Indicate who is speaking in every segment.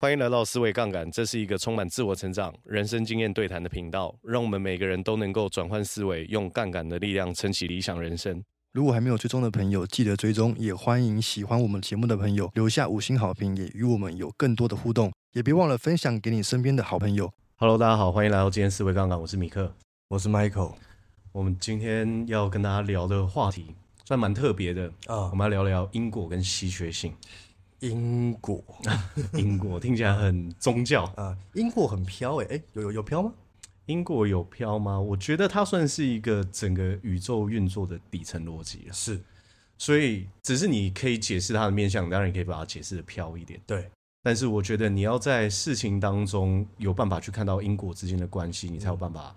Speaker 1: 欢迎来到思维杠杆，这是一个充满自我成长、人生经验对谈的频道，让我们每个人都能够转换思维，用杠杆的力量撑起理想人生。
Speaker 2: 如果还没有追踪的朋友，记得追踪，也欢迎喜欢我们节目的朋友留下五星好评，也与我们有更多的互动，也别忘了分享给你身边的好朋友。
Speaker 1: Hello，大家好，欢迎来到今天思维杠杆，我是米克。
Speaker 2: 我是 Michael
Speaker 1: 我们今天要跟大家聊的话题算蛮特别的，
Speaker 2: 啊
Speaker 1: 我们要聊聊因果跟稀缺性。
Speaker 2: 因果
Speaker 1: 因果听起来很宗教，
Speaker 2: 啊，因果很飘哎、欸、哎，有有有飘吗？
Speaker 1: 因果有飘吗？我觉得它算是一个整个宇宙运作的底层逻辑了。
Speaker 2: 是
Speaker 1: 所以只是你可以解释它的面向，当然也可以把它解释的飘一点。
Speaker 2: 对，
Speaker 1: 但是我觉得你要在事情当中有办法去看到因果之间的关系，你才有办法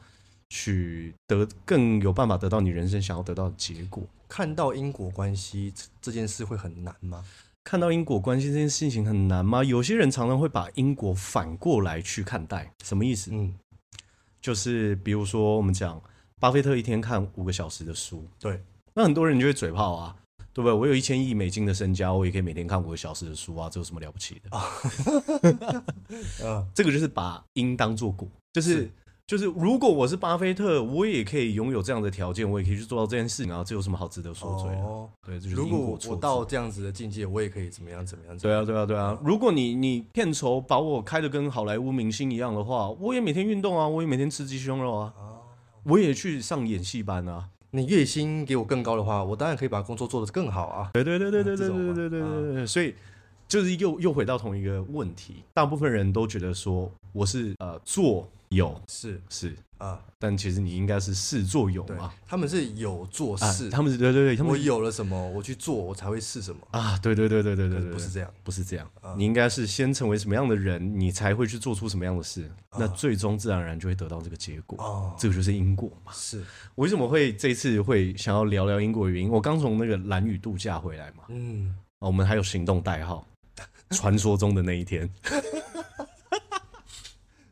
Speaker 1: 去得更有办法得到你人生想要得到的结果。
Speaker 2: 看到因果关系这这件事会很难吗？
Speaker 1: 看到因果关系这件事情很难吗？有些人常常会把因果反过来去看待，什么意思？
Speaker 2: 嗯，
Speaker 1: 就是比如说我们讲巴菲特一天看五个小时的书，
Speaker 2: 对，
Speaker 1: 那很多人就会嘴炮啊，对不对？我有一千亿美金的身家，我也可以每天看五个小时的书啊，这有什么了不 起的？
Speaker 2: 呃，
Speaker 1: 这个就是把因当做果，就是
Speaker 2: 是
Speaker 1: 就是，如果我是巴菲特，我也可以拥有这样的条件，我也可以去做到这件事情啊，这有什么好值得说嘴的？
Speaker 2: 哦，
Speaker 1: 对，这就是
Speaker 2: 如
Speaker 1: 因
Speaker 2: 果
Speaker 1: 果
Speaker 2: 我
Speaker 1: 错
Speaker 2: 我
Speaker 1: 置
Speaker 2: 到这样子的境界，我也可以怎么样怎么样？怎么
Speaker 1: 对啊，对啊，对啊！如果你你片酬把我开的跟好莱坞明星一样的话，我也每天运动啊，我也每天吃鸡胸肉啊，
Speaker 2: 样啊，
Speaker 1: 我也去上演戏班啊。
Speaker 2: 你月薪给我更高的话，我当然可以把工作做得更好啊。
Speaker 1: 对对对对对对
Speaker 2: 这种
Speaker 1: 对
Speaker 2: 吗
Speaker 1: 对对对对，所以就是又又回到同一个问题，大部分人都觉得说我是呃做有
Speaker 2: 是
Speaker 1: 是，
Speaker 2: 啊，
Speaker 1: 但其实你应该是事做有
Speaker 2: 对
Speaker 1: 嘛。，
Speaker 2: 他们是有做
Speaker 1: 啊
Speaker 2: 事，
Speaker 1: 他们是对对对，他们
Speaker 2: 我
Speaker 1: 是
Speaker 2: 有了什么，我去做，我才会是什么，
Speaker 1: 啊，对对对对对对对，
Speaker 2: 嗯不是这样。
Speaker 1: 不是这样，你应该是先成为什么样的人，你才会去做出什么样的事，那最终自然而然就会得到这个结果。
Speaker 2: 哦
Speaker 1: 这个就是因果嘛。
Speaker 2: 是，
Speaker 1: 我为什么会这次会想要聊聊因果的原因？我刚从那个蓝屿度假回来嘛，
Speaker 2: 嗯，
Speaker 1: 啊，我们还有行动代号，传说中的那一天。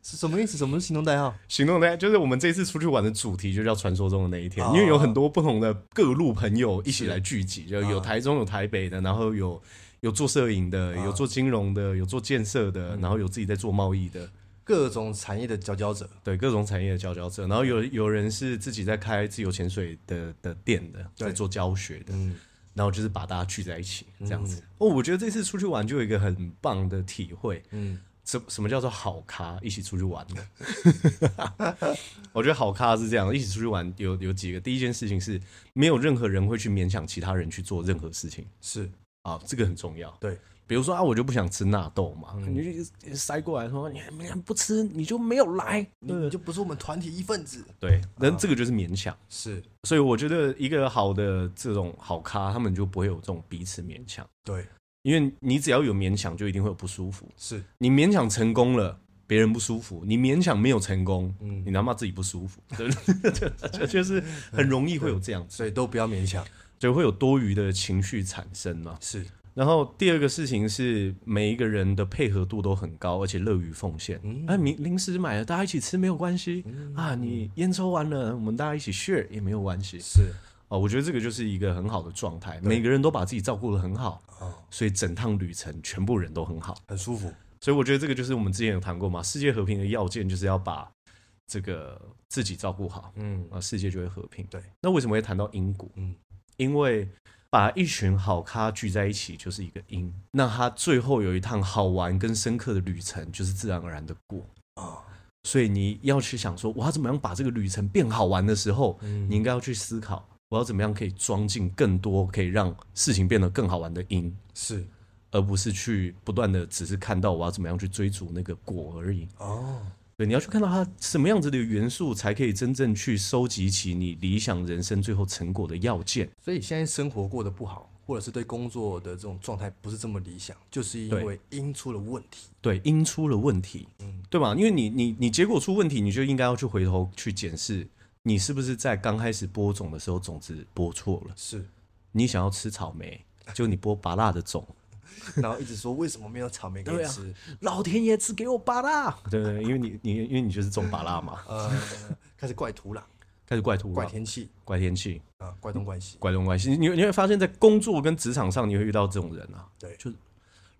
Speaker 2: 是什么意思？什么是行动代号？
Speaker 1: 行动代就是我们这次出去玩的主题，就叫传说中的那一天，
Speaker 2: 哦
Speaker 1: 因为有很多不同的各路朋友一起来聚集，就有台中、有台北的，然后有有做摄影的，有做金融的，有做建设的，然后有自己在做贸易的，
Speaker 2: 各种产业的佼佼者，
Speaker 1: 对各种产业的佼佼者，然后有有人是自己在开自由潜水的的店的，在做教学的，
Speaker 2: 嗯，
Speaker 1: 然后就是把大家聚在一起这样子。哦，我觉得这次出去玩就有一个很棒的体会，嗯
Speaker 2: 嗯，
Speaker 1: 什什么叫做好咖？一起出去玩的， 我觉得好咖是这样，一起出去玩有有几个，第一件事情是没有任何人会去勉强其他人去做任何事情
Speaker 2: 是
Speaker 1: 啊，这个很重要。
Speaker 2: 对，
Speaker 1: 比如说啊，我就不想吃纳豆嘛，
Speaker 2: 嗯
Speaker 1: 你就塞过来说你你不吃你就没有来，
Speaker 2: 你你就不是我们团体一份子，
Speaker 1: 对，那这个就是勉强。
Speaker 2: 是
Speaker 1: 所以我觉得一个好的这种好咖，他们就不会有这种彼此勉强。
Speaker 2: 对，
Speaker 1: 因为你只要有勉强，就一定会有不舒服。
Speaker 2: 是
Speaker 1: 你勉强成功了，别人不舒服；你勉强没有成功，你他妈自己不舒服，对不对？就就就是很容易会有这样子，
Speaker 2: 所以都不要勉强，
Speaker 1: 就会有多余的情绪产生嘛。
Speaker 2: 是
Speaker 1: 然后第二个事情是，每一个人的配合度都很高，而且乐于奉献。哎、零零食买了，大家一起吃没有关系、啊。你烟抽完了，我们大家一起 share 也没有关系。
Speaker 2: 是
Speaker 1: 哦，我觉得这个就是一个很好的状态，每个人都把自己照顾得很好，
Speaker 2: 哦
Speaker 1: 所以整趟旅程全部人都很好。
Speaker 2: 很舒服，
Speaker 1: 所以我觉得这个就是我们之前有谈过嘛，世界和平的要件就是要把这个自己照顾好，
Speaker 2: 嗯
Speaker 1: 啊，世界就会和平。
Speaker 2: 对，
Speaker 1: 那为什么会谈到因果？
Speaker 2: 嗯
Speaker 1: 因为把一群好咖聚在一起就是一个因，那他最后有一趟好玩跟深刻的旅程，就是自然而然的过。
Speaker 2: 啊，
Speaker 1: 所以你要去想说，我要怎么样把这个旅程变好玩的时候，
Speaker 2: 嗯
Speaker 1: 你应该要去思考，我要怎么样可以装进更多可以让事情变得更好玩的因，
Speaker 2: 是
Speaker 1: 而不是去不断的只是看到我要怎么样去追逐那个果而已。
Speaker 2: 哦，
Speaker 1: 对，你要去看到它什么样子的元素，才可以真正去收集起你理想人生最后成果的要件。
Speaker 2: 所以现在生活过得不好，或者是对工作的这种状态不是这么理想，就是因
Speaker 1: 对
Speaker 2: 为因出了问题，
Speaker 1: 对，因出了问题，
Speaker 2: 嗯
Speaker 1: 对吧？因为你你你结果出问题，你就应该要去回头去检视，你是不是在刚开始播种的时候种子播错了。
Speaker 2: 是，
Speaker 1: 你想要吃草莓，就你播拔辣的种，
Speaker 2: 然后一直说为什么没有草莓可
Speaker 1: 对
Speaker 2: 以
Speaker 1: 啊
Speaker 2: 吃，
Speaker 1: 老天爷只给我拔辣，对对，对因为你你因为你就是种拔辣嘛，
Speaker 2: 呃，开始怪土壤、
Speaker 1: 开始怪土壤、
Speaker 2: 怪天气
Speaker 1: 怪天气、
Speaker 2: 啊、 怪东怪西，
Speaker 1: 怪东怪西，你你会发现在工作跟职场上你会遇到这种人啊，
Speaker 2: 对
Speaker 1: 就是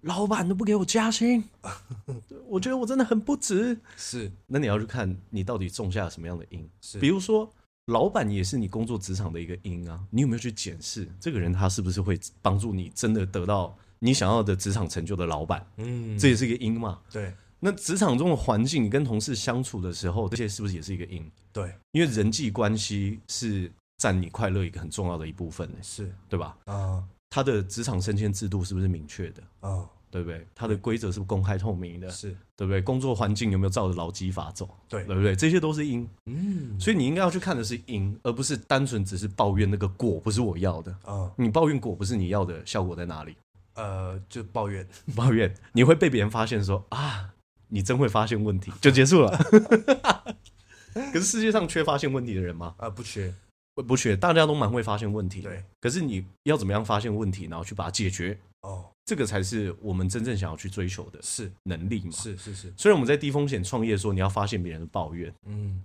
Speaker 1: 老板都不给我加薪， 我觉得我真的很不值。
Speaker 2: 是
Speaker 1: 那你要去看你到底种下了什么样的因，
Speaker 2: 是
Speaker 1: 比如说。老板也是你工作职场的一个因啊，你有没有去检视这个人他是不是会帮助你真的得到你想要的职场成就的老板？
Speaker 2: 嗯，
Speaker 1: 这也是一个因嘛。
Speaker 2: 对
Speaker 1: 那职场中的环境，你跟同事相处的时候，这些是不是也是一个因？
Speaker 2: 对
Speaker 1: 因为人际关系是占你快乐一个很重要的一部分、欸，
Speaker 2: 是
Speaker 1: 对吧？
Speaker 2: 啊
Speaker 1: 他的职场升迁制度是不是明确的？
Speaker 2: 啊
Speaker 1: 对不对？他的规则是不是公开透明的？
Speaker 2: 是
Speaker 1: 对不对？工作环境有没有照着劳基法走？
Speaker 2: 对
Speaker 1: 对不对？这些都是因，
Speaker 2: 嗯
Speaker 1: 所以你应该要去看的是因，而不是单纯只是抱怨那个果不是我要的。
Speaker 2: 啊
Speaker 1: 你抱怨果不是你要的，效果在哪里？
Speaker 2: 呃就抱怨
Speaker 1: 抱怨你会被别人发现说啊，你真会发现问题，就结束了。 可是世界上缺发现问题的人吗？
Speaker 2: 啊不缺
Speaker 1: 不不缺，大家都蛮会发现问题。
Speaker 2: 对，
Speaker 1: 可是你要怎么样发现问题，然后去把它解决，
Speaker 2: 哦
Speaker 1: 这个才是我们真正想要去追求的
Speaker 2: 是
Speaker 1: 能力嘛。
Speaker 2: 是是是
Speaker 1: 虽然我们在低风险创业说你要发现别人的抱怨，
Speaker 2: 嗯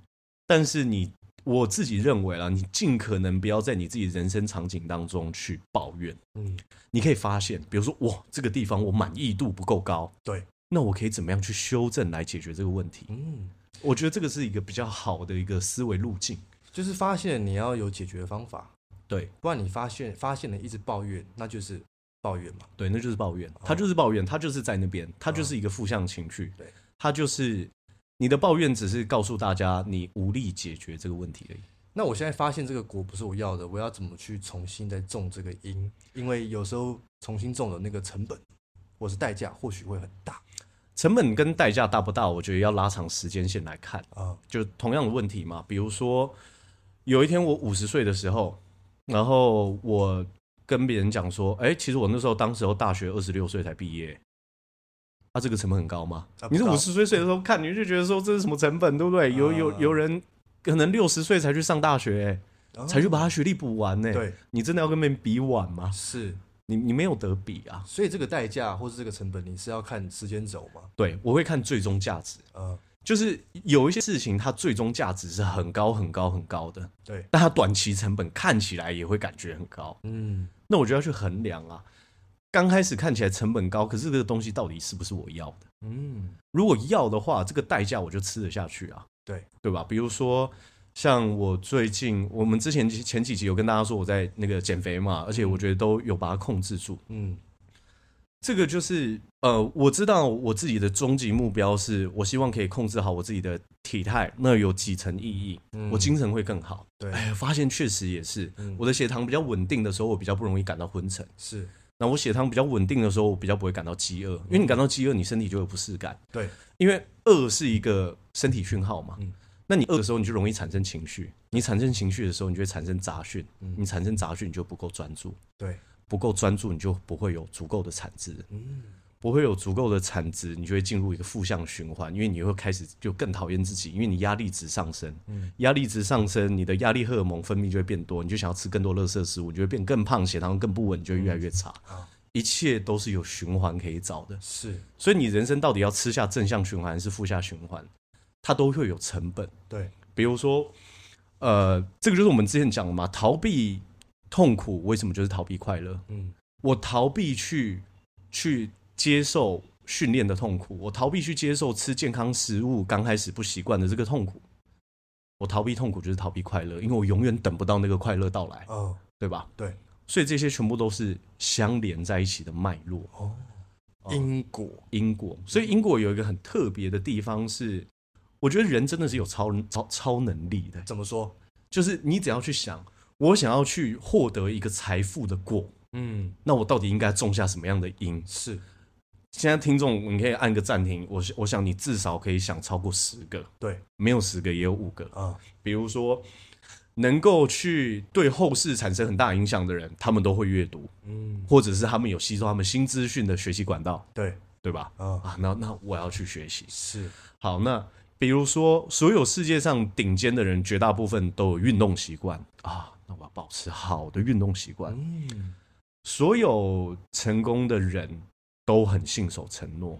Speaker 1: 但是你我自己认为啦，你尽可能不要在你自己人生场景当中去抱怨。
Speaker 2: 嗯
Speaker 1: 你可以发现，比如说哇，这个地方我满意度不够高，
Speaker 2: 对
Speaker 1: 那我可以怎么样去修正来解决这个问题？
Speaker 2: 嗯
Speaker 1: 我觉得这个是一个比较好的一个思维路径。
Speaker 2: 就是发现你要有解决方法，
Speaker 1: 对
Speaker 2: 不然你发现发现了一直抱怨，那就是抱怨嘛。
Speaker 1: 对，那就是抱怨，他就是抱怨，他就是在那边，他就是一个负向情绪。
Speaker 2: 对，
Speaker 1: 他就是你的抱怨只是告诉大家你无力解决这个问题而已。
Speaker 2: 那我现在发现这个果不是我要的，我要怎么去重新再种这个因？因为有时候重新种的那个成本或是代价，或许会很大
Speaker 1: 成本跟代价大不大？我觉得要拉长时间线来看。
Speaker 2: 啊。
Speaker 1: 就同样的问题嘛。比如说，有一天我五十岁的时候，然后我跟别人讲说：“哎、其实我那时候当时候大学二十六岁才毕业。”啊，这个成本很高吗？
Speaker 2: 啊不
Speaker 1: 你是
Speaker 2: 高啊
Speaker 1: 五十岁岁的时候看，你就觉得说这是什么成本，对不对？有有有人可能六十岁才去上大学、
Speaker 2: 哦
Speaker 1: 才去把他学历补完呢、
Speaker 2: 对，
Speaker 1: 你真的要跟别人比晚吗？
Speaker 2: 是，
Speaker 1: 你你没有得比啊。
Speaker 2: 所以这个代价或是这个成本，你是要看时间轴嘛？
Speaker 1: 对，我会看最终价值，
Speaker 2: 呃，
Speaker 1: 就是有一些事情它最终价值是很高很高很高的，
Speaker 2: 对，
Speaker 1: 但它短期成本看起来也会感觉很高，
Speaker 2: 嗯，
Speaker 1: 那我就要去衡量啊。刚开始看起来成本高，可是这个东西到底是不是我要的？
Speaker 2: 嗯，
Speaker 1: 如果要的话，这个代价我就吃得下去啊，
Speaker 2: 对，
Speaker 1: 对吧？比如说，像我最近，我们之前前几集有跟大家说我在那个减肥嘛，而且我觉得都有把它控制住。
Speaker 2: 嗯，
Speaker 1: 这个就是呃，我知道我自己的终极目标是我希望可以控制好我自己的体态，那有几层意义，
Speaker 2: 嗯
Speaker 1: 我精神会更好。
Speaker 2: 对嗯
Speaker 1: 哎，发现确实也是，我的血糖比较稳定的时候，我比较不容易感到昏沉。
Speaker 2: 是，
Speaker 1: 那我血糖比较稳定的时候，我比较不会感到饥饿，
Speaker 2: 嗯
Speaker 1: 因为你感到饥饿，你身体就有不适感，
Speaker 2: 对，
Speaker 1: 因为饿是一个身体讯号嘛。
Speaker 2: 嗯
Speaker 1: 那你饿的时候，你就容易产生情绪，你产生情绪的时候，你就会产生杂讯，
Speaker 2: 嗯
Speaker 1: 你产生杂讯，你就不够专注，
Speaker 2: 对，
Speaker 1: 不够专注，你就不会有足够的产值。
Speaker 2: 嗯，
Speaker 1: 不会有足够的产值，你就会进入一个负向循环，因为你会开始就更讨厌自己，因为你压力值上升，压力值上升，你的压力荷尔蒙分泌就会变多，你就想要吃更多垃圾食物，你就会变更胖，血糖更不稳，你就会越来越差。一切都是有循环可以找的，
Speaker 2: 是，
Speaker 1: 所以你人生到底要吃下正向循环还是负向循环，它都会有成本。
Speaker 2: 对，
Speaker 1: 比如说，呃，这个就是我们之前讲的嘛，逃避痛苦为什么就是逃避快乐？
Speaker 2: 嗯，
Speaker 1: 我逃避去去接受训练的痛苦，我逃避去接受吃健康食物刚开始不习惯的这个痛苦，我逃避痛苦就是逃避快乐，因为我永远等不到那个快乐到来，
Speaker 2: 哦，
Speaker 1: 对吧？
Speaker 2: 对，
Speaker 1: 所以这些全部都是相连在一起的脉络
Speaker 2: 哦，嗯因果，
Speaker 1: 因果。所以因果有一个很特别的地方是，我觉得人真的是有超超超能力的，
Speaker 2: 怎么说？
Speaker 1: 就是你只要去想，我想要去获得一个财富的果，
Speaker 2: 嗯，
Speaker 1: 那我到底应该种下什么样的因？
Speaker 2: 是，
Speaker 1: 现在听众，你可以按个暂停。我我想你至少可以想超过十个，
Speaker 2: 对，
Speaker 1: 没有十个也有五个。
Speaker 2: 啊，
Speaker 1: 比如说，能够去对后世产生很大影响的人，他们都会阅读，
Speaker 2: 嗯，
Speaker 1: 或者是他们有吸收他们新资讯的学习管道，
Speaker 2: 对，
Speaker 1: 对吧？
Speaker 2: 啊，
Speaker 1: 啊，那那我要去学习。
Speaker 2: 是，
Speaker 1: 好，那比如说，所有世界上顶尖的人，绝大部分都有运动习惯啊，那我要保持好的运动习惯。
Speaker 2: 嗯，
Speaker 1: 所有成功的人都很信守承诺。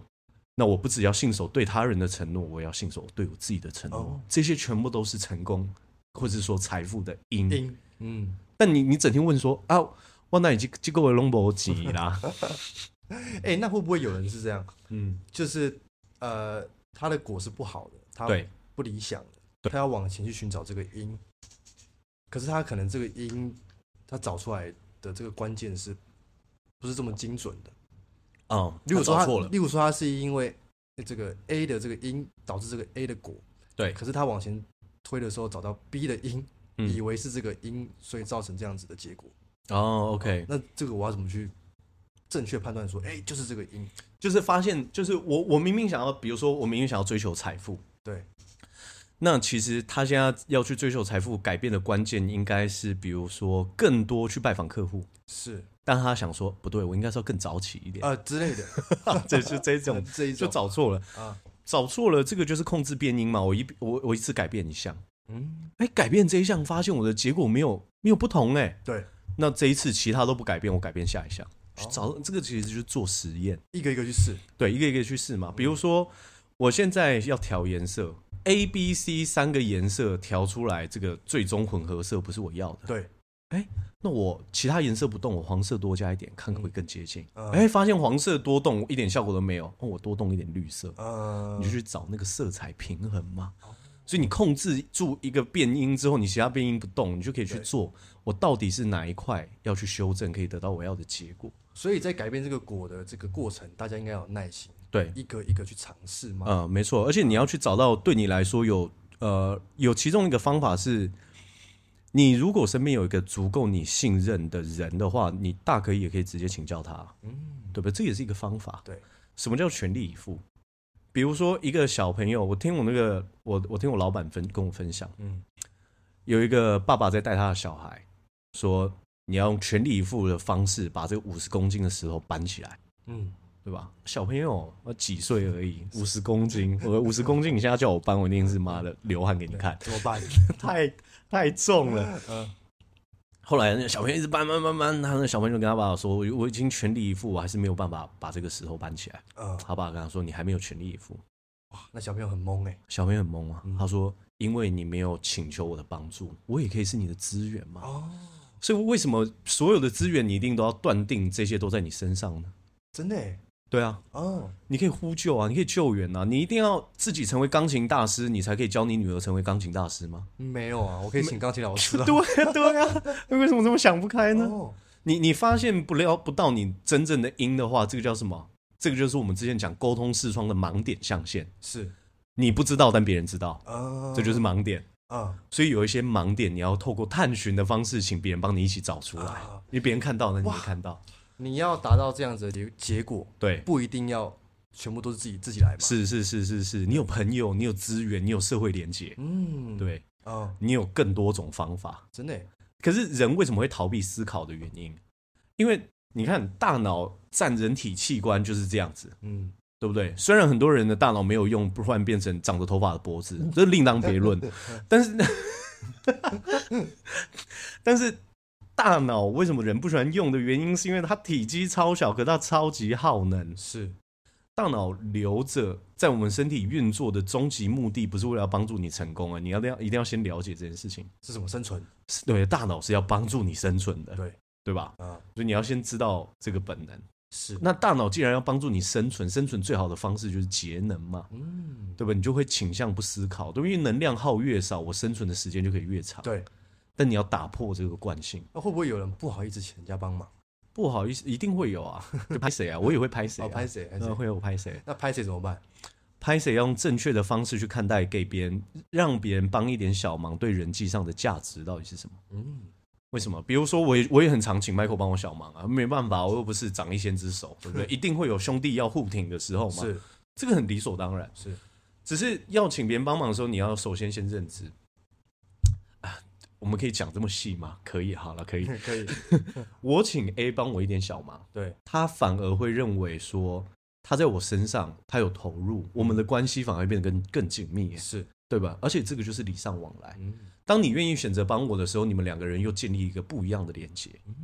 Speaker 1: 那我不只要信守对他人的承诺，我也要信守对我自己的承诺。
Speaker 2: 哦
Speaker 1: 这些全部都是成功或者说财富的因。
Speaker 2: 因，嗯，
Speaker 1: 但你你整天问说啊，我那已经经够我拢无钱啦，
Speaker 2: 哎、那会不会有人是这样？
Speaker 1: 嗯，
Speaker 2: 就是呃，它的果是不好的，它
Speaker 1: 对
Speaker 2: 不理想的，
Speaker 1: 对
Speaker 2: 他要往前去寻找这个因，可是他可能这个因，他找出来的这个关键是不是这么精准的？
Speaker 1: 哦，
Speaker 2: 例如说
Speaker 1: 他
Speaker 2: 他，
Speaker 1: 找错了，
Speaker 2: 例如说他是因为这个 A 的这个因导致这个 A 的果，
Speaker 1: 对
Speaker 2: 可是他往前推的时候找到 B 的因，
Speaker 1: 嗯
Speaker 2: 以为是这个因，所以造成这样子的结果。
Speaker 1: 哦，OK，
Speaker 2: 那这个我要怎么去正确判断说，哎、就是这个因？
Speaker 1: 就是发现，就是我我明明想要，比如说我明明想要追求财富，
Speaker 2: 对，
Speaker 1: 那其实他现在要去追求财富，改变的关键应该是，比如说更多去拜访客户，
Speaker 2: 是
Speaker 1: 但他想说不对，我应该是要更早起一点，
Speaker 2: 啊、呃之类的，
Speaker 1: 这是这 种
Speaker 2: 这一
Speaker 1: 就
Speaker 2: 种
Speaker 1: 找错了，
Speaker 2: 啊，
Speaker 1: 找错了，这个就是控制变音嘛，我一我我一次改变一项，
Speaker 2: 嗯，
Speaker 1: 哎，改变这一项，发现我的结果没有没有不同哎、
Speaker 2: 对，
Speaker 1: 那这一次其他都不改变，我改变下一项，去
Speaker 2: 哦
Speaker 1: 找这个其实就是做实验，
Speaker 2: 一个一个去试，
Speaker 1: 对，一个一个去试嘛。比如说，我现在要调颜色，A、B、C 三个颜色调出来，这个最终混合色不是我要的。
Speaker 2: 对，
Speaker 1: 那我其他颜色不动，我黄色多加一点，看会不会更接近。哎、
Speaker 2: 嗯
Speaker 1: 发现黄色多动一点效果都没有，哦，我多动一点绿色，
Speaker 2: 呃
Speaker 1: 你就，去找那个色彩平衡嘛。
Speaker 2: 哦
Speaker 1: 所以你控制住一个变音之后，你其他变音不动，你就可以去
Speaker 2: 对
Speaker 1: 做我到底是哪一块要去修正，可以得到我要的结果。
Speaker 2: 所以在改变这个果的这个过程，大家应该要有耐心，
Speaker 1: 对，
Speaker 2: 一个一个去尝试嘛。
Speaker 1: 呃，没错，而且你要去找到对你来说有呃有其中一个方法是，你如果身边有一个足够你信任的人的话，你大可以也可以直接请教他，
Speaker 2: 嗯，
Speaker 1: 对不对？这也是一个方法。
Speaker 2: 对，
Speaker 1: 什么叫全力以赴？比如说一个小朋友，我听我那个我我听我老板分跟我分享，
Speaker 2: 嗯，
Speaker 1: 有一个爸爸在带他的小孩，说你要用全力以赴的方式把这五十公斤的石头搬起来。
Speaker 2: 嗯，
Speaker 1: 对吧？小朋友，我几岁而已，五十公斤，我五十公斤，你现在叫我搬，我一定是妈的流汗给你看，
Speaker 2: 怎么 办？
Speaker 1: 太太重了。
Speaker 2: 嗯
Speaker 1: 后来那个小朋友一直搬搬搬搬，他那小朋友就跟他爸爸说：“我我已经全力以赴，我还是没有办法把这个石头搬起来。”
Speaker 2: 嗯，
Speaker 1: 他爸跟他说：“你还没有全力以赴。
Speaker 2: 那小朋友很懵哎、”
Speaker 1: 小朋友很懵啊
Speaker 2: 嗯，
Speaker 1: 他说：“因为你没有请求我的帮助，我也可以是你的资源嘛。
Speaker 2: 哦，
Speaker 1: 所以为什么所有的资源你一定都要断定这些都在你身上呢？
Speaker 2: 真的哎、
Speaker 1: 对啊，
Speaker 2: 哦，
Speaker 1: 你可以呼救啊，你可以救援啊，你一定要自己成为钢琴大师，你才可以教你女儿成为钢琴大师吗？
Speaker 2: 没有啊，我可以请钢琴老师
Speaker 1: 对
Speaker 2: 啊。
Speaker 1: 啊，对啊，为什么这么想不开呢？
Speaker 2: 哦，
Speaker 1: 你你发现不了不到你真正的因的话，这个叫什么？这个就是我们之前讲沟通视窗的盲点象限，
Speaker 2: 是，
Speaker 1: 你不知道但别人知道，
Speaker 2: 啊，
Speaker 1: 这就是盲点。
Speaker 2: 啊
Speaker 1: 所以有一些盲点，你要透过探寻的方式，请别人帮你一起找出来，
Speaker 2: 啊，
Speaker 1: 因为别人看到了，你没看到。
Speaker 2: 你要达到这样子的结结果，
Speaker 1: 对，
Speaker 2: 不一定要全部都是自己自己来嘛。，
Speaker 1: 是是是是是，你有朋友，你有资源，你有社会连接，
Speaker 2: 嗯，，
Speaker 1: 对
Speaker 2: 哦，
Speaker 1: 你有更多种方法。
Speaker 2: 真的欸，
Speaker 1: 可是人为什么会逃避思考的原因？因为你看，大脑占人体器官就是这样子，
Speaker 2: 嗯，
Speaker 1: 对不对？虽然很多人的大脑没有用，不然变成长着头发的脖子，这另当别论。但是， 但是大脑为什么人不喜欢用的原因，是因为它体积超小，可它超级耗能。
Speaker 2: 是，
Speaker 1: 大脑留着在我们身体运作的终极目的，不是为了要帮助你成功啊！你要一定要先了解这件事情。
Speaker 2: 是什么生存？
Speaker 1: 是对，大脑是要帮助你生存的，
Speaker 2: 对
Speaker 1: 对吧？
Speaker 2: 啊，
Speaker 1: 所以你要先知道这个本能。
Speaker 2: 是，
Speaker 1: 那大脑既然要帮助你生存，生存最好的方式就是节能嘛，
Speaker 2: 嗯，
Speaker 1: 对吧？你就会倾向不思考，对吧，因为能量耗越少，我生存的时间就可以越长。，
Speaker 2: 对。
Speaker 1: 但你要打破这个惯性，
Speaker 2: 那会不会有人不好意思请人家帮忙？
Speaker 1: 不好意思，一定会有啊， 就拍谁啊，我也会拍谁、啊，
Speaker 2: 哦，拍谁？拍
Speaker 1: 呃
Speaker 2: 谁？
Speaker 1: 会有拍谁，
Speaker 2: 那拍谁怎么办？
Speaker 1: 拍谁要用正确的方式去看待，给别人让别人帮一点小忙，对人际上的价值到底是什么？
Speaker 2: 嗯，
Speaker 1: 为什么？比如说，我也我也很常请 Michael 帮我小忙啊，没办法，我又不是长一仙之手，对不对？一定会有兄弟要互挺的时候嘛。
Speaker 2: 是
Speaker 1: 这个很理所当然。
Speaker 2: 是，
Speaker 1: 只是 要请别人帮忙的时候，你要首先先认知。啊，我们可以讲这么细吗？可以，好了，可以。
Speaker 2: 可以，
Speaker 1: 我请 A 帮我一点小忙，
Speaker 2: 对，
Speaker 1: 他反而会认为说他在我身上他有投入，我们的关系反而变得更更紧密耶，
Speaker 2: 是，
Speaker 1: 对吧？而且这个就是礼尚往来。
Speaker 2: 嗯
Speaker 1: 当你愿意选择帮我的时候，你们两个人又建立一个不一样的连接。
Speaker 2: 嗯，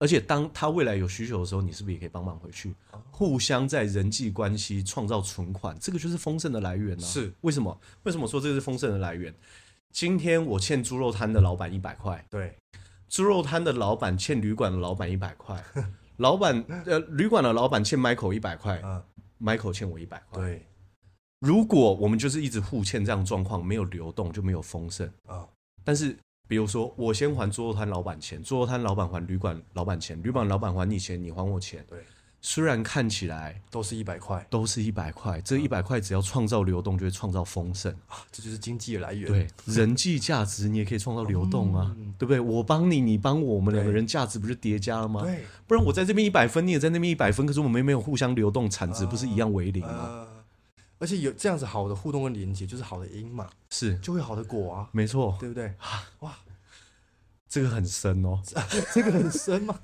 Speaker 1: 而且当他未来有需求的时候，你是不是也可以帮忙回去
Speaker 2: 哦？
Speaker 1: 互相在人际关系创造存款，这个就是丰盛的来源呢、
Speaker 2: 是
Speaker 1: 为什么？为什么说这个是丰盛的来源？今天我欠猪肉摊的老板一百块，
Speaker 2: 对，
Speaker 1: 猪肉摊的老板欠旅馆的老板一百块，老板呃，旅馆的老板欠 Michael 一百块
Speaker 2: 嗯，
Speaker 1: ，Michael 欠我一百块。
Speaker 2: 对，
Speaker 1: 如果我们就是一直互欠这样的状况，没有流动就没有丰盛。
Speaker 2: 啊，
Speaker 1: 但是比如说，我先还桌游摊老板钱，桌游摊老板还旅馆老板钱，旅馆老板还你钱，你还我钱。
Speaker 2: 对，
Speaker 1: 虽然看起来
Speaker 2: 都是一百块
Speaker 1: 都是一百块，
Speaker 2: 嗯
Speaker 1: 这一百块只要创造流动，就会创造丰盛。
Speaker 2: 啊，这就是经济的来源。
Speaker 1: 对，人际价值你也可以创造流动啊，
Speaker 2: 嗯
Speaker 1: 对不对？我帮你，你帮我，我们两个
Speaker 2: 对
Speaker 1: 人价值不是叠加了吗？
Speaker 2: 对，
Speaker 1: 不然我在这边一百分，你也在那边一百分，可是我们没有互相流动，产值
Speaker 2: 啊
Speaker 1: 不是一样为零吗？
Speaker 2: 呃，而且有这样子好的互动跟连接，就是好的因嘛，
Speaker 1: 是，
Speaker 2: 就会有好的果啊，
Speaker 1: 没错，
Speaker 2: 对 不对？哇，
Speaker 1: 这个很深哦。
Speaker 2: 这个很深嘛。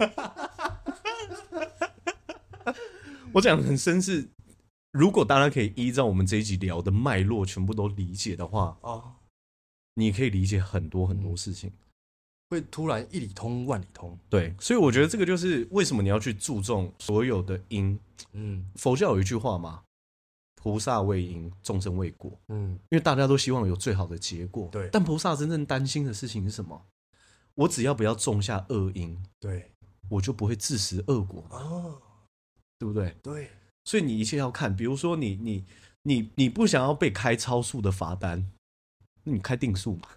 Speaker 1: 我讲得很深是，如果大家可以依照我们这一集聊的脉络全部都理解的话，
Speaker 2: 哦，
Speaker 1: 你可以理解很多很多事情。
Speaker 2: 会突然一里通万里通。
Speaker 1: 对，所以我觉得这个就是为什么你要去注重所有的因。
Speaker 2: 嗯
Speaker 1: 佛教有一句话嘛，菩萨为因，众生为果。
Speaker 2: 嗯，
Speaker 1: 因为大家都希望有最好的结果。
Speaker 2: 对
Speaker 1: 但菩萨真正担心的事情是什么？我只要不要种下恶因，
Speaker 2: 对。
Speaker 1: 我就不会自食恶果嘛，
Speaker 2: 哦，
Speaker 1: 对不对？
Speaker 2: 对，
Speaker 1: 所以你一切要看，比如说你你你你不想要被开超速的罚单，那你开定速嘛，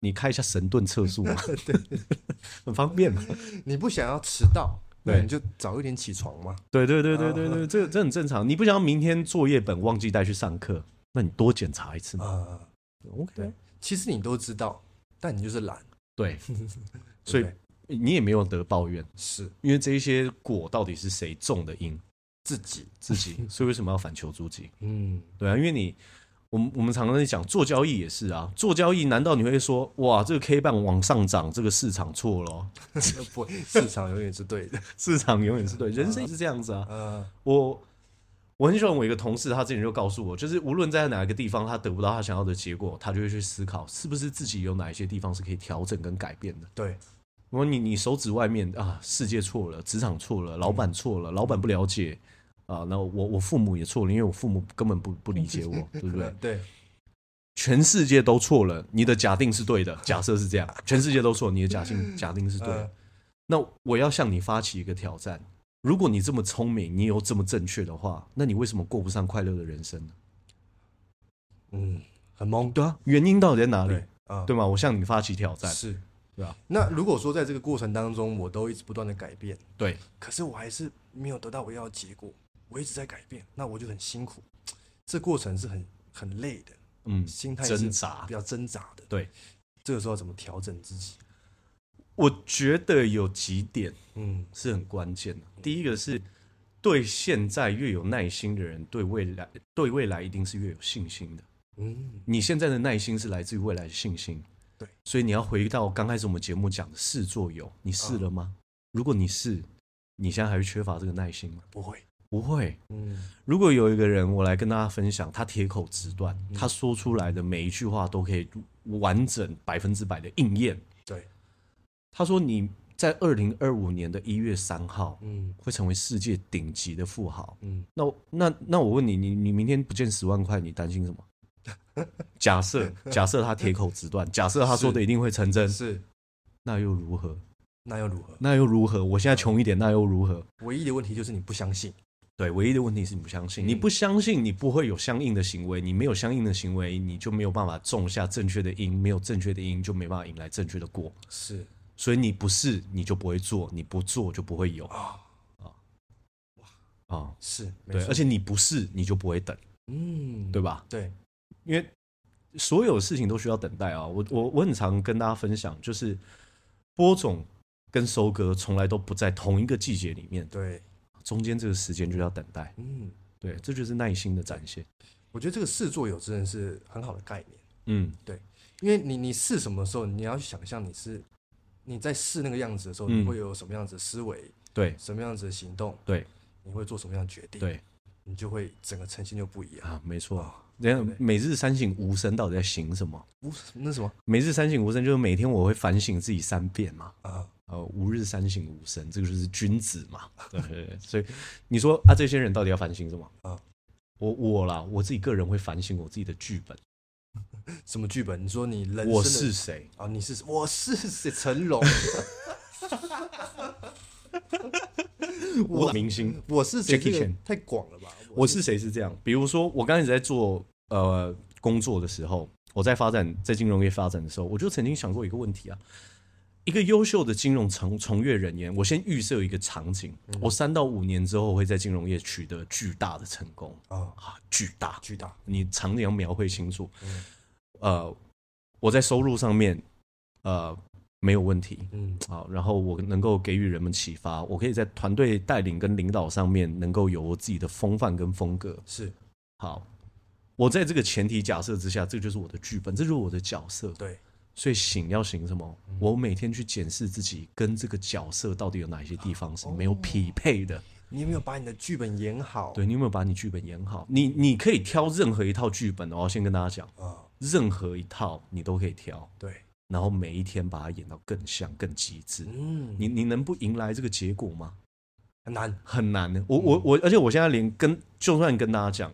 Speaker 1: 你开一下神盾测速嘛，很方便嘛。
Speaker 2: 你不想要迟到，那
Speaker 1: 对
Speaker 2: 你就早一点起床嘛。
Speaker 1: 对对对对对对，这这很正常。你不想要明天作业本忘记带去上课，那你多检查一次嘛。
Speaker 2: 啊，
Speaker 1: OK，
Speaker 2: 对其实你都知道，但你就是懒，
Speaker 1: 对，所
Speaker 2: 对
Speaker 1: 以
Speaker 2: 不对
Speaker 1: 你也没有得抱怨，
Speaker 2: 是
Speaker 1: 因为这一些果到底是谁种的因，
Speaker 2: 自己，
Speaker 1: 自己，所以为什么要反求诸己？
Speaker 2: 嗯，
Speaker 1: 对啊，因为你，我们我们常常在讲做交易也是啊，做交易难道你会说哇这个 K 棒往上涨，这个市场错了哦、
Speaker 2: 不，市场永远是对的。
Speaker 1: 市场永远是对，人生也是这样子啊。
Speaker 2: 呃，
Speaker 1: 我我很喜欢我一个同事，他之前就告诉我，就是无论在哪一个地方他得不到他想要的结果，他就会去思考是不是自己有哪一些地方是可以调整跟改变的。
Speaker 2: 对，
Speaker 1: 我说你你手指外面啊，世界错了，职场错了，老板错了，老板不了解啊，那我我父母也错了，因为我父母根本不不理解我，对不对
Speaker 2: 呃？对，
Speaker 1: 全世界都错了，你的假定是对 的，假设是这样，全世界都错，你的假定假定是对的
Speaker 2: 呃。
Speaker 1: 那我要向你发起一个挑战，如果你这么聪明，你有这么正确的话，那你为什么过不上快乐的人生呢？
Speaker 2: 嗯，很懵，
Speaker 1: 对啊，原因到底在哪里
Speaker 2: 对？，啊，
Speaker 1: 对吗？我向你发起挑战，
Speaker 2: 是，
Speaker 1: 对啊吧？
Speaker 2: 那如果说在这个过程当中，我都一直不断的改变，
Speaker 1: 对，
Speaker 2: 可是我还是没有得到我要的结果，我一直在改变，那我就很辛苦，这过程是很很累的，
Speaker 1: 嗯，
Speaker 2: 心态是
Speaker 1: 挣扎
Speaker 2: 比。较挣扎的。
Speaker 1: 对，
Speaker 2: 这个时候要怎么调整自己？
Speaker 1: 我觉得有几点
Speaker 2: 嗯，
Speaker 1: 是很关键的。第一个是对现在越有耐心的人，对未来对未来一定是越有信心的。
Speaker 2: 嗯，
Speaker 1: 你现在的耐心是来自于未来的信心。
Speaker 2: 对，
Speaker 1: 所以你要回到刚开始我们节目讲的试做有，你试了吗？如果你试，你现在还会缺乏这个耐心吗？
Speaker 2: 不会，
Speaker 1: 不会。
Speaker 2: 嗯，
Speaker 1: 如果有一个人，我来跟大家分享，他铁口直断，他说出来的每一句话都可以完整百分之百的应验。
Speaker 2: 对，
Speaker 1: 他说你在二零二五年的一月三号
Speaker 2: 嗯
Speaker 1: 会成为世界顶级的富豪。
Speaker 2: 嗯，
Speaker 1: 那我那那我问你，你你明天不见十万块，你担心 什么？假设假设他铁口直断，假设他说的一定会成真，
Speaker 2: 是，
Speaker 1: 那又如何？
Speaker 2: 那又如何？
Speaker 1: 那又如何？我现在穷一点，那又如何？
Speaker 2: 唯一的问题就是你不相信。
Speaker 1: 对，唯一的问题是你不相
Speaker 2: 嗯
Speaker 1: 信，你不相信，你不会有相应的行为，你没有相应的行为，你就没有办法种下正确的因，没有正确的因就没办法迎来正确的果，
Speaker 2: 是
Speaker 1: 所以你不是你就不会做，你不做就不会有啊
Speaker 2: 啊，
Speaker 1: 啊，
Speaker 2: 是，没
Speaker 1: 对，
Speaker 2: 错
Speaker 1: 而且你不是你就不会等，
Speaker 2: 嗯，
Speaker 1: 对吧？
Speaker 2: 对，
Speaker 1: 因为所有事情都需要等待啊。我我我很常跟大家分享，就是播种跟收割从来都不在同一个季节里面，
Speaker 2: 对，
Speaker 1: 中间这个时间就要等待。
Speaker 2: 嗯，
Speaker 1: 对，这就是耐心的展现。
Speaker 2: 我觉得这个试做有真的是很好的概念，
Speaker 1: 嗯，
Speaker 2: 因为你你试什么时候，你要去想象你是你在试那个样子的时候，
Speaker 1: 嗯
Speaker 2: 你会有什么样子的思维，
Speaker 1: 对
Speaker 2: 什么样子的行动，
Speaker 1: 对
Speaker 2: 你会做什么样的决定，
Speaker 1: 对
Speaker 2: 你就会整个呈现就不一样。
Speaker 1: 啊，没错
Speaker 2: 哦。
Speaker 1: 人
Speaker 2: 对
Speaker 1: 家
Speaker 2: 不
Speaker 1: 每日三省吾身到底在行什么？
Speaker 2: 无那什么
Speaker 1: 每日三省吾身就是每天我会反省自己三遍嘛。
Speaker 2: 啊，
Speaker 1: 呃，吾日三省吾身，这个就是君子嘛。对对对， 所以你说啊，这些人到底要反省什么？
Speaker 2: 啊
Speaker 1: 我我啦，我自己个人会反省我自己的剧本，
Speaker 2: 什么剧本？你说你人生的
Speaker 1: 我是谁？
Speaker 2: 啊，你是我是谁？成龙，
Speaker 1: 我明星，
Speaker 2: 我是谁？这
Speaker 1: Jackie
Speaker 2: 个
Speaker 1: Chan
Speaker 2: 太广了吧？
Speaker 1: 我是谁是这样？比如说，我刚开始在做呃工作的时候，我在发展在金融业发展的时候，我就曾经想过一个问题啊：一个优秀的金融从从业人员，我先预设一个场景，我三到五年之后会在金融业取得巨大的成功
Speaker 2: 啊，
Speaker 1: 啊，巨大！
Speaker 2: 巨大，
Speaker 1: 你场景要描绘清楚。呃，我在收入上面呃没有问题，
Speaker 2: 嗯
Speaker 1: 好，然后我能够给予人们启发，我可以在团队带领跟领导上面能够有我自己的风范跟风格。
Speaker 2: 是
Speaker 1: 好，我在这个前提假设之下，这就是我的剧本，这就是我的角色。
Speaker 2: 对，
Speaker 1: 所以醒要醒什么？我每天去检视自己跟这个角色到底有哪些地方是没有匹配的。
Speaker 2: 你有没有把你的剧本演好？
Speaker 1: 对你有没有把你剧本演好？你你可以挑任何一套剧本哦，先跟大家讲，
Speaker 2: 啊，
Speaker 1: 任何一套你都可以挑，
Speaker 2: 对，
Speaker 1: 然后每一天把它演到更像、更极致。
Speaker 2: 嗯，
Speaker 1: 你你能不迎来这个结果吗？
Speaker 2: 很难，
Speaker 1: 很难的。
Speaker 2: 嗯
Speaker 1: 我我我，而且我现在连跟就算跟大家讲，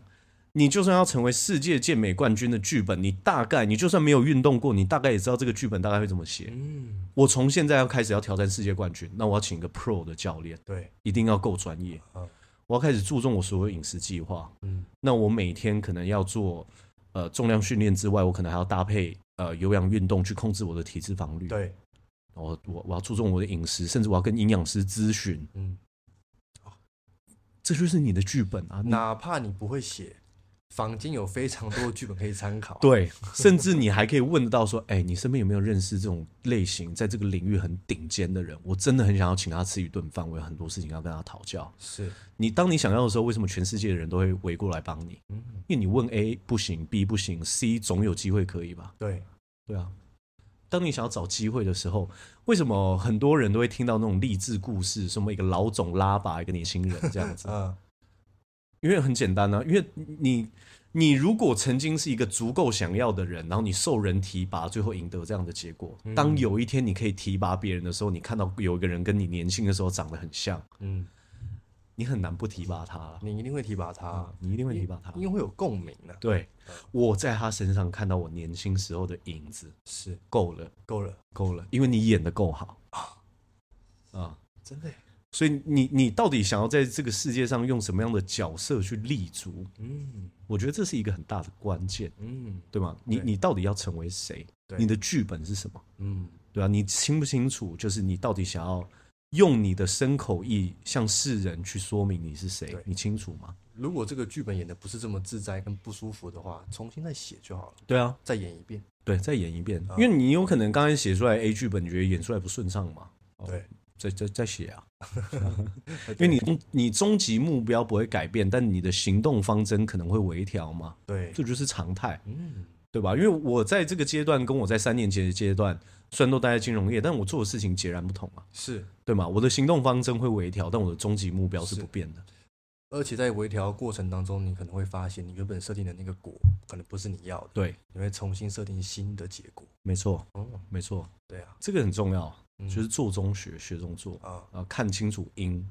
Speaker 1: 你就算要成为世界健美冠军的剧本，你大概你就算没有运动过，你大概也知道这个剧本大概会怎么写。
Speaker 2: 嗯，
Speaker 1: 我从现在要开始要挑战世界冠军，那我要请一个 pro 的教练，
Speaker 2: 对，
Speaker 1: 一定要够专业
Speaker 2: 嗯。
Speaker 1: 我要开始注重我所有饮食计划。
Speaker 2: 嗯，
Speaker 1: 那我每天可能要做呃重量训练之外，我可能还要搭配呃有氧运动去控制我的体脂肪率。
Speaker 2: 对，
Speaker 1: 我我我要注重我的饮食，甚至我要跟营养师咨询。
Speaker 2: 嗯，
Speaker 1: 这就是你的剧本啊！你
Speaker 2: 哪怕你不会写，房间有非常多的剧本可以参考。，
Speaker 1: 对， 甚至你还可以问得到说，哎、你身边有没有认识这种类型，在这个领域很顶尖的人？我真的很想要请他吃一顿饭，我有很多事情要跟他讨教。
Speaker 2: 是，
Speaker 1: 你当你想要的时候，为什么全世界的人都会围过来帮你？
Speaker 2: 嗯，
Speaker 1: 因为你问 A 不行，B 不行，C 总有机会可以吧？
Speaker 2: 对，
Speaker 1: 对啊。当你想要找机会的时候，为什么很多人都会听到那种励志故事，什么一个老总拉拔一个年轻人这样子？
Speaker 2: 嗯，
Speaker 1: 因为很简单啊，因为你你如果曾经是一个足够想要的人，然后你受人提拔，最后赢得这样的结果。当有一天你可以提拔别人的时候，你看到有一个人跟你年轻的时候长得很像，
Speaker 2: 嗯，
Speaker 1: 你很难不提拔他了，
Speaker 2: 你一定会提拔他，
Speaker 1: 你一定会提拔他
Speaker 2: 一。定会有共鸣啊的。
Speaker 1: 对，我在他身上看到我年轻时候的影子，
Speaker 2: 是，
Speaker 1: 够了，
Speaker 2: 够了，
Speaker 1: 够了，因为你演的够好啊，
Speaker 2: 真的耶，
Speaker 1: 所以你你到底想要在这个世界上用什么样的角色去立足？
Speaker 2: 嗯
Speaker 1: 我觉得这是一个很大的关键。
Speaker 2: 嗯
Speaker 1: 对吗？你
Speaker 2: 对
Speaker 1: 你到底要成为谁？
Speaker 2: 对
Speaker 1: 你的剧本是什么？
Speaker 2: 嗯，
Speaker 1: 对吧、你清不清楚？就是你到底想要用你的身口意向世人去说明你是谁
Speaker 2: 对？
Speaker 1: 你清楚吗？
Speaker 2: 如果这个剧本演的不是这么自在跟不舒服的话，重新再写就好了，
Speaker 1: 对啊，
Speaker 2: 再演一遍。
Speaker 1: 对，再演一遍，
Speaker 2: 啊
Speaker 1: 因为你有可能刚才写出来 A 剧本，你觉得演出来不顺畅嘛？哦
Speaker 2: 对，
Speaker 1: 再再再写 啊，因为你你终极目标不会改变，但你的行动方针可能会微调嘛，
Speaker 2: 对，
Speaker 1: 这就是常态。
Speaker 2: 嗯，
Speaker 1: 对吧？因为我在这个阶段跟我在三年前的阶段，虽然都待在金融业，但我做的事情截然不同啊。
Speaker 2: 是，
Speaker 1: 对吗？我的行动方针会微调，但我的终极目标是不变的。
Speaker 2: 而且在微调过程当中，你可能会发现你原本设定的那个果可能不是你要的，
Speaker 1: 对，
Speaker 2: 你会重新设定新的结果。
Speaker 1: 没错，
Speaker 2: 哦，
Speaker 1: 没错，
Speaker 2: 对啊，
Speaker 1: 这个很重要，
Speaker 2: 嗯
Speaker 1: 就是做中学，学中做，
Speaker 2: 啊，
Speaker 1: 啊，看清楚因，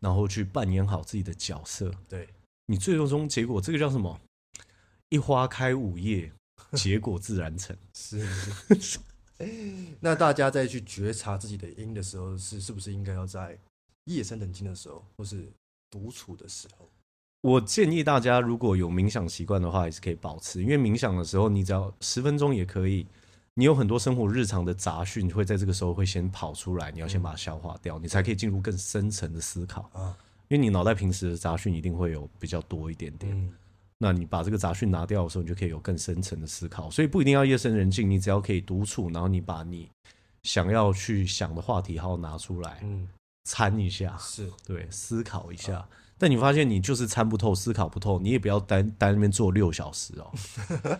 Speaker 1: 然后去扮演好自己的角色。
Speaker 2: 对，
Speaker 1: 你最终结果，这个叫什么？一花开五叶，结果自然成。
Speaker 2: 是。 那大家在去觉察自己的因的时候，是是不是应该要在夜深人静的时候，或是独处的时候？
Speaker 1: 我建议大家，如果有冥想习惯的话，还是可以保持，因为冥想的时候，你只要十分钟也可以。你有很多生活日常的杂讯会在这个时候会先跑出来，你
Speaker 2: 嗯
Speaker 1: 要先把它消化掉，你才可以进入更深层的思考。
Speaker 2: 啊，
Speaker 1: 因为你脑袋平时的杂讯一定会有比较多一点点，
Speaker 2: 嗯，
Speaker 1: 那你把这个杂讯拿掉的时候，你就可以有更深层的思考。所以不一定要夜深人静，你只要可以独处，然后你把你想要去想的话题好拿出来
Speaker 2: 嗯，
Speaker 1: 参一下，
Speaker 2: 是，
Speaker 1: 对，思考一
Speaker 2: 啊
Speaker 1: 下。但你发现你就是参不透、思考不透，你也不要单单那边坐六小时哦，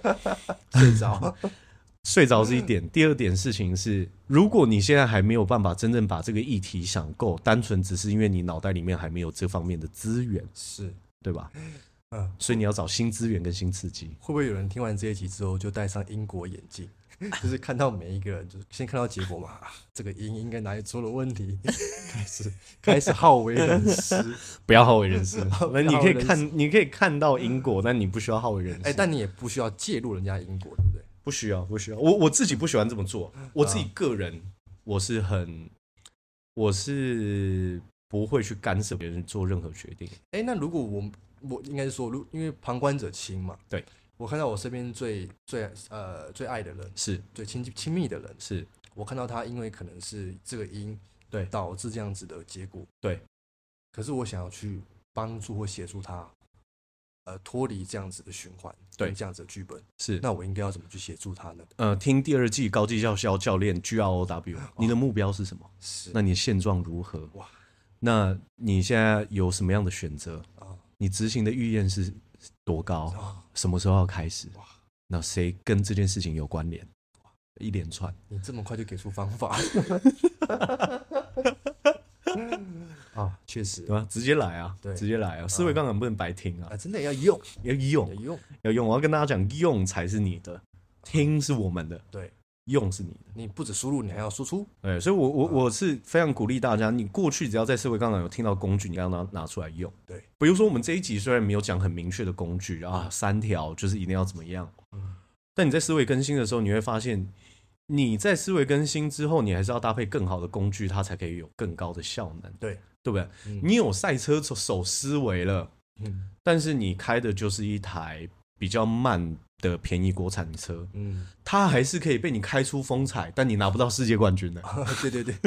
Speaker 2: 睡着，
Speaker 1: 睡着是一点。第二点事情是，如果你现在还没有办法真正把这个议题想够，单纯只是因为你脑袋里面还没有这方面的资源，
Speaker 2: 是，
Speaker 1: 对吧？
Speaker 2: 嗯，
Speaker 1: 所以你要找新资源跟新刺激。
Speaker 2: 会不会有人听完这一集之后就戴上英国眼镜， 就是看到每一个人，就是先看到结果嘛，啊、这个音应该哪里出了问题， 开始开始好为人师。
Speaker 1: 不要好为人师。
Speaker 2: 不
Speaker 1: 那
Speaker 2: 要
Speaker 1: 你可以
Speaker 2: 好为人师嗯
Speaker 1: 看，你可以看到因果，但你不需要好为人师。
Speaker 2: 哎、但你也不需要介入人家因果，对不对？
Speaker 1: 不
Speaker 2: 嗯啊
Speaker 1: 需要，不需要。我我自己不喜欢这么做，我自己个人我是很我是不会去干涉别人做任何决定。
Speaker 2: 哎、那如果我我应该是说，如因为旁观者清嘛，
Speaker 1: 对
Speaker 2: 我看到我身边最最呃最爱的人，
Speaker 1: 是
Speaker 2: 最亲近亲密的人，
Speaker 1: 是，
Speaker 2: 我看到他因为可能是这个因
Speaker 1: 对
Speaker 2: 导致这样子的结果，
Speaker 1: 对。
Speaker 2: 可是我想要去帮助或协助他，呃，脱离这样子的循环，
Speaker 1: 对
Speaker 2: 跟这样子的剧本，
Speaker 1: 是
Speaker 2: 那我应该要怎么去协助他呢？
Speaker 1: 呃，听第二季高绩效教教练 G R O W，你的目标是什么？
Speaker 2: 是
Speaker 1: 那你的现状如何？
Speaker 2: 哇
Speaker 1: 那你现在有什么样的选择？
Speaker 2: 啊
Speaker 1: 你执行的意愿是多高？
Speaker 2: 啊，
Speaker 1: 什么时候要开始
Speaker 2: 哇？
Speaker 1: 那谁跟这件事情有关联？一连串。
Speaker 2: 你这么快就给出方 法啊，确实
Speaker 1: 对吧？直接来啊，
Speaker 2: 对
Speaker 1: 直接来啊！思维杠杆不能白听啊
Speaker 2: 啊，，真的要用，
Speaker 1: 要
Speaker 2: 要
Speaker 1: 用，
Speaker 2: 用，
Speaker 1: 要用。我要跟大家讲，用才是你的，听是我们的，
Speaker 2: 对
Speaker 1: 用是你的。
Speaker 2: 你不止输入，你还要输出，
Speaker 1: 对，所以我
Speaker 2: 嗯
Speaker 1: 我我是非常鼓励大家，你过去只要在思维杠杆有听到工具，你要拿拿出来用。
Speaker 2: 对，嗯
Speaker 1: 比如说我们这一集虽然没有讲很明确的工具啊，三条就是一定要怎么样，但你在思维更新的时候，你会发现。你在思维更新之后，你还是要搭配更好的工具，它才可以有更高的效能，
Speaker 2: 对，
Speaker 1: 对不对？
Speaker 2: 嗯
Speaker 1: 你有赛车手手思维了，
Speaker 2: 嗯
Speaker 1: 但是你开的就是一台比较慢的便宜国产车，
Speaker 2: 嗯，
Speaker 1: 它还是可以被你开出风采，但你拿不到世界冠军的。
Speaker 2: 对对 对，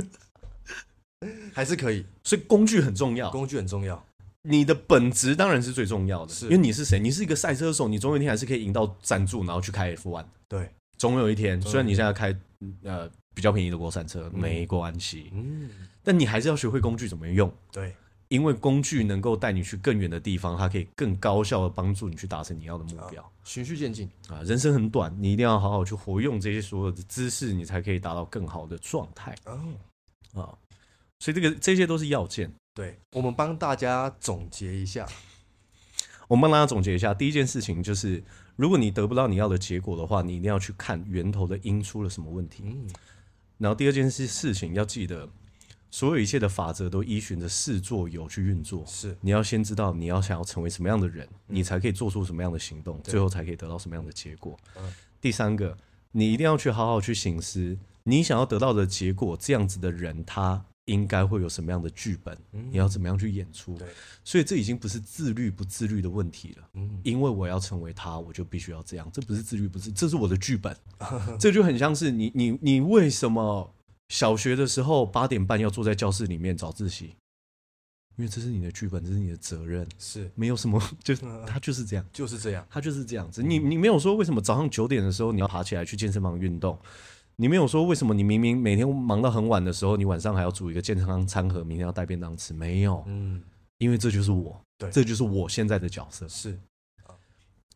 Speaker 2: 还是可以，
Speaker 1: 所以工具很重要，
Speaker 2: 工具很重要，
Speaker 1: 你的本质当然是最重要的，
Speaker 2: 是
Speaker 1: 因为你是谁？你是一个赛车手，你总有一天还是可以赢到赞助，然后去开 F1。
Speaker 2: 对，
Speaker 1: 总有一天，
Speaker 2: 有一天
Speaker 1: 虽然你现在开呃比较便宜的国产车没关系，
Speaker 2: 嗯，
Speaker 1: 但你还是要学会工具怎么用，
Speaker 2: 对，
Speaker 1: 因为工具能够带你去更远的地方，它可以更高效的帮助你去达成你要的目标。
Speaker 2: 循序渐进，
Speaker 1: 啊，人生很短，你一定要好好去活用这些所有的知识，你才可以达到更好的状态
Speaker 2: 哦，
Speaker 1: 啊。所以这个这些都是要件。
Speaker 2: 对，我们帮大家总结一下，
Speaker 1: 我们帮大家总结一下，第一件事情就是，如果你得不到你要的结果的话，你一定要去看源头的因出了什么问题。
Speaker 2: 嗯，
Speaker 1: 然后第二件事事情要记得，所有一切的法则都依循着事做有去运作。
Speaker 2: 是嗯
Speaker 1: 你要先知道你要想要成为什么样的人，你才可以做出什么样的行动，最后才可以得到什么样的结果。
Speaker 2: 嗯
Speaker 1: 第三个，你一定要去好好去醒思，你想要得到的结果，这样子的人他应该会有什么样的剧本，你要怎么样去演出
Speaker 2: 嗯对。
Speaker 1: 所以这已经不是自律不自律的问题了，
Speaker 2: 嗯
Speaker 1: 因为我要成为他，我就必须要这样，这不是自律不自，这是我的剧本， 这就很像是你你你为什么小学的时候八点半要坐在教室里面早自习？因为这是你的剧本，这是你的责任，
Speaker 2: 是，
Speaker 1: 没有什么， 就是
Speaker 2: 嗯
Speaker 1: 他就是这样，
Speaker 2: 就是这样，
Speaker 1: 他就是这样子。你你没有说为什么早上九点的时候你要爬起来去健身房运动，你没有说为什么你明明每天忙到很晚的时候，你晚上还要煮一个健康餐盒，明天要带便当吃，没有，
Speaker 2: 嗯，
Speaker 1: 因为这就是我，
Speaker 2: 对
Speaker 1: 这就是我现在的角色。
Speaker 2: 是，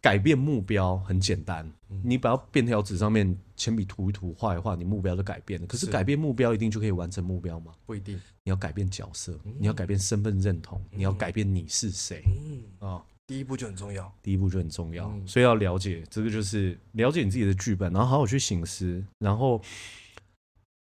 Speaker 1: 改变目标很简单，
Speaker 2: 嗯
Speaker 1: 你把便条纸上面铅笔涂一涂、画一画，你目标就改变了。可是
Speaker 2: 是
Speaker 1: 改变目标一定就可以完成目标吗？
Speaker 2: 不一定，
Speaker 1: 你要改变角色，你要改变身份认同，你要改变你是谁
Speaker 2: 嗯，
Speaker 1: 啊、
Speaker 2: 第一步就很重要，
Speaker 1: 第一步就很重要，
Speaker 2: 嗯
Speaker 1: 所以要了解这个就是了解你自己的剧本，然后好好去醒思，然后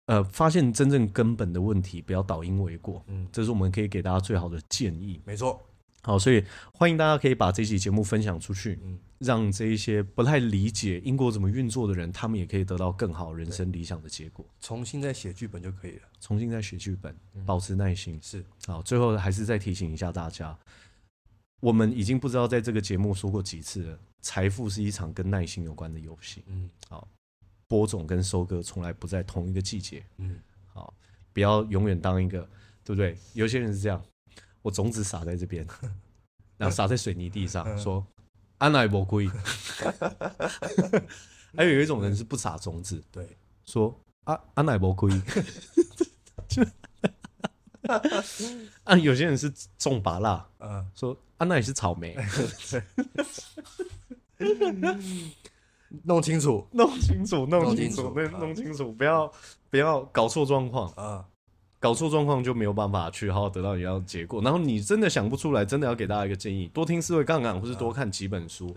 Speaker 1: 呃发现真正根本的问题，不要倒因为果。
Speaker 2: 嗯，
Speaker 1: 这是我们可以给大家最好的建议。
Speaker 2: 没错，
Speaker 1: 好，所以欢迎大家可以把这期节目分享出去，
Speaker 2: 嗯
Speaker 1: 让这一些不太理解英国怎么运作的人，他们也可以得到更好人生理想的结果。
Speaker 2: 重新再写剧本就可以了，
Speaker 1: 重新再学剧本，保持耐心。
Speaker 2: 嗯是，
Speaker 1: 好，最后还是再提醒一下大家，我们已经不知道在这个节目说过几次了，财富是一场跟耐心有关的游戏，
Speaker 2: 嗯
Speaker 1: 播种跟收割从来不在同一个季节。
Speaker 2: 嗯，
Speaker 1: 好，不要永远当一个，对不对？有些人是这样，我种子撒在这边，然后撒在水泥地上，说啊安奈伯龟。还有一种人是不撒种子，
Speaker 2: 对，
Speaker 1: 说啊安奈伯龟。就啊，有些人是种芭辣，
Speaker 2: 呃，
Speaker 1: 说啊，那也是草莓，
Speaker 2: 弄清楚，
Speaker 1: 弄清楚，弄
Speaker 2: 清
Speaker 1: 清
Speaker 2: 楚
Speaker 1: 楚，嗯对
Speaker 2: 啊
Speaker 1: 弄清楚，不要不要搞错状况，
Speaker 2: 啊，
Speaker 1: 搞错状况就没有办法去好好得到你要的结果。然后你真的想不出来，真的要给大家一个建议，多听思维杠杆，或是多看几本书。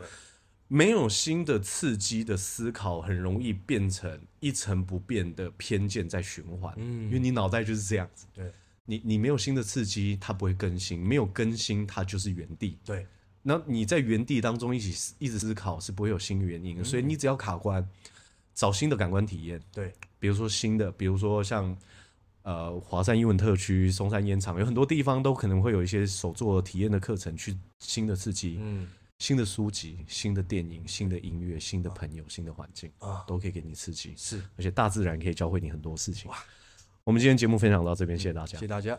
Speaker 1: 没有新的刺激的思考，很容易变成一成不变的偏见在循环，
Speaker 2: 嗯
Speaker 1: 因为你脑袋就是这样子。
Speaker 2: 对
Speaker 1: 你你没有新的刺激，它不会更新；没有更新，它就是原地。
Speaker 2: 对，
Speaker 1: 那你在原地当中一起思一直思考是不会有新的原
Speaker 2: 嗯
Speaker 1: 因的，所以你只要卡关，找新的感官体验，
Speaker 2: 对，
Speaker 1: 比如说新的，比如说像呃华山英文特区、松山烟厂，有很多地方都可能会有一些手作体验的课程，去新的刺激、
Speaker 2: 嗯
Speaker 1: 新的书籍、新的电影、新的音乐、新的朋友、新的环境，
Speaker 2: 啊，
Speaker 1: 都可以给你刺激，
Speaker 2: 是，
Speaker 1: 而且大自然可以教会你很多事情。我们今天节目分享到这边，谢谢大家
Speaker 2: 谢谢。大家。